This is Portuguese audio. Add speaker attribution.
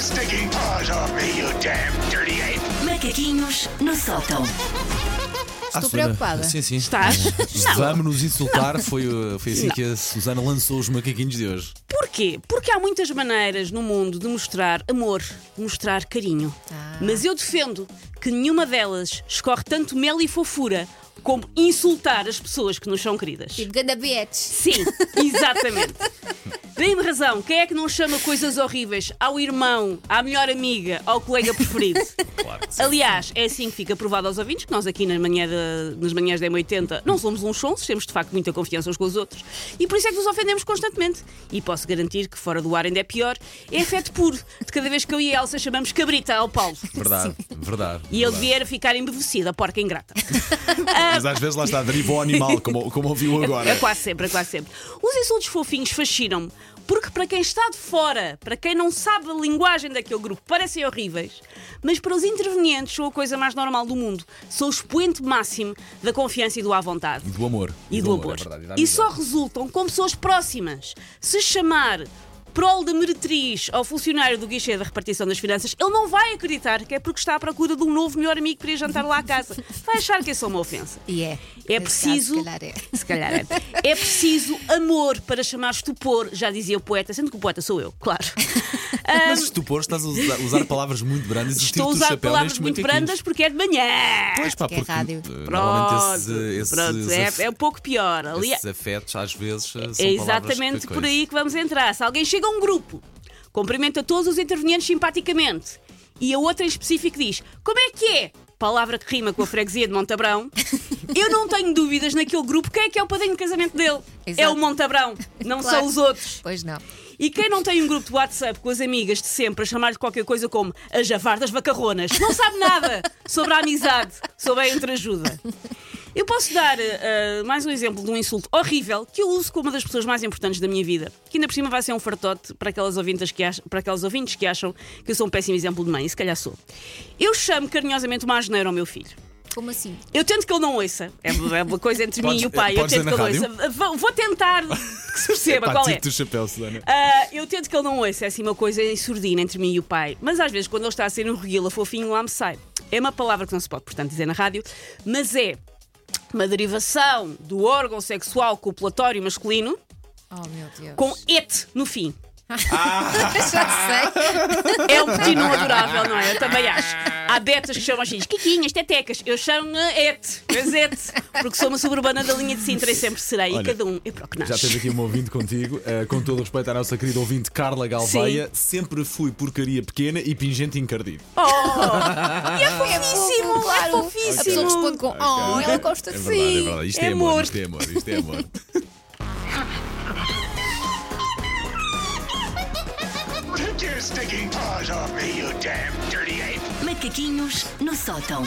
Speaker 1: sticking paws off me, you damn dirty ape!
Speaker 2: Macaquinhos no sótão.
Speaker 3: Ah,
Speaker 4: Estou
Speaker 3: Susana,
Speaker 4: preocupada.
Speaker 3: Sim, sim.
Speaker 5: Estás?
Speaker 3: Vamos nos insultar. Foi, uh, foi assim que a Susana lançou os macaquinhos de hoje.
Speaker 5: Porquê? Porque há muitas maneiras no mundo de mostrar amor, de mostrar carinho. Mas eu defendo que nenhuma delas escorre tanto mel e fofura como insultar as pessoas que nos são queridas.
Speaker 4: Tipo, ganda bitch.
Speaker 5: Sim, exatamente. Tem razão. Quem é que não chama coisas horríveis ao irmão, à melhor amiga, ao colega preferido?
Speaker 3: Claro.
Speaker 5: Aliás, é assim que fica provado aos ouvintes que nós aqui na manhã da- nas manhãs da M80 não somos uns sons, temos de facto muita confiança uns com os outros e por isso é que nos ofendemos constantemente. E posso garantir que fora do ar ainda é pior. É afeto puro de cada vez que eu e a Elsa chamamos cabrita ao Paulo.
Speaker 3: Verdade, verdade.
Speaker 5: E ele
Speaker 3: verdade.
Speaker 5: vier a ficar embevecido, a porca ingrata.
Speaker 3: Mas às vezes lá está, derivou ao animal, como, como ouviu agora.
Speaker 5: É quase sempre, é quase sempre. Os insultos fofinhos fascinam-me, porque para quem está de fora, para quem não sabe a linguagem daquele grupo, parecem horríveis, mas para os intervenientes são a coisa mais normal do mundo. São o expoente máximo da confiança e do à vontade.
Speaker 3: E do amor.
Speaker 5: E do amor.
Speaker 3: é verdade, dá
Speaker 5: E
Speaker 3: amizade.
Speaker 5: só resultam com pessoas próximas. Se chamar prol da meretriz ao funcionário do guichê da repartição das finanças, ele não vai acreditar que é porque está à procura de um novo melhor amigo para ir jantar lá à casa. Vai achar que é só uma ofensa.
Speaker 4: E é. Nesse
Speaker 5: É
Speaker 4: Caso, se
Speaker 5: preciso.
Speaker 4: calhar é.
Speaker 5: Se calhar é. É preciso amor para chamar estupor, já dizia o poeta, sendo que o poeta sou eu, claro.
Speaker 3: Mas estupor, estás a usar, usar palavras muito brandas e
Speaker 5: Estou
Speaker 3: tiro-te
Speaker 5: a
Speaker 3: o
Speaker 5: usar
Speaker 3: chapéu
Speaker 5: palavras
Speaker 3: nestes
Speaker 5: muito
Speaker 3: macaquinhos.
Speaker 5: brandas porque é de manhã.
Speaker 3: Pois pá,
Speaker 4: Que é
Speaker 3: porque
Speaker 4: rádio.
Speaker 3: eh,
Speaker 5: Pronto,
Speaker 3: normalmente esse, esses,
Speaker 5: pronto, é,
Speaker 3: af-
Speaker 5: é um pouco pior. Ali,
Speaker 3: esses afetos às vezes eh, são
Speaker 5: é
Speaker 3: palavras
Speaker 5: exatamente
Speaker 3: que
Speaker 5: por aí que vamos entrar. Se alguém chega a um grupo, cumprimenta todos os intervenientes simpaticamente e a outra em específico diz: Como é que é? Palavra que rima com a freguesia de Montabrão. Eu não tenho dúvidas naquele grupo quem é que é o padrinho de casamento dele. É
Speaker 4: Exato.
Speaker 5: o Montabrão, não
Speaker 4: Claro.
Speaker 5: são os outros.
Speaker 4: Pois não.
Speaker 5: E quem não tem um grupo de WhatsApp com as amigas de sempre a chamar-lhe qualquer coisa como a javar das vacarronas, não sabe nada sobre a amizade, sobre a entreajuda. Eu posso dar eh, eh, mais um exemplo de um insulto horrível que eu uso com uma das pessoas mais importantes da minha vida, que ainda por cima vai ser um fartote para aquelas ouvintas que ach- para aqueles ouvintes que acham que eu sou um péssimo exemplo de mãe, e se calhar sou. Eu chamo carinhosamente uma asneira ao meu filho.
Speaker 4: Como assim?
Speaker 5: Eu tento que ele não ouça. É uma é uma coisa entre mim
Speaker 3: Podes-
Speaker 5: e o pai. Eu
Speaker 3: podes
Speaker 5: tento que
Speaker 3: dizer
Speaker 5: ele
Speaker 3: na
Speaker 5: ouça. Vou, vou tentar que se perceba qual é.
Speaker 3: o chapéu, Susana.
Speaker 5: Ah, eu tento que ele não ouça, é assim uma coisa em surdina entre mim e o pai. Mas às vezes, quando ele está a ser um reguila fofinho, lá me sai. É uma palavra que não se pode, portanto, dizer na rádio, mas é uma derivação do órgão sexual copulatório masculino
Speaker 4: Oh meu Deus.
Speaker 5: com et no fim.
Speaker 4: Já sei.
Speaker 5: É um continuo adorável, não é? Eu também acho. Há betas que chamam assim, quiquinhas, tetecas. Eu chamo et, mas et, porque sou uma suburbana da linha de Sintra e sempre serei.
Speaker 3: Olha,
Speaker 5: e cada um é para o que
Speaker 3: Já
Speaker 5: nasce.
Speaker 3: tens aqui um ouvinte contigo, eh, com todo o respeito à nossa querida ouvinte Carla Galveia. Sempre fui porcaria pequena e pingente encardido.
Speaker 5: Oh, é
Speaker 4: É
Speaker 5: fofíssimo, é
Speaker 4: claro.
Speaker 5: fofíssimo.
Speaker 4: A pessoa responde com oh, ela gosta de
Speaker 3: verdade, é
Speaker 4: si.
Speaker 3: verdade. Isto é,
Speaker 5: É
Speaker 3: amor,
Speaker 5: amor.
Speaker 3: isto é amor, isto é amor.
Speaker 1: Take your sticking paws off me, you damn dirty ape!
Speaker 2: Macaquinhos no sótão.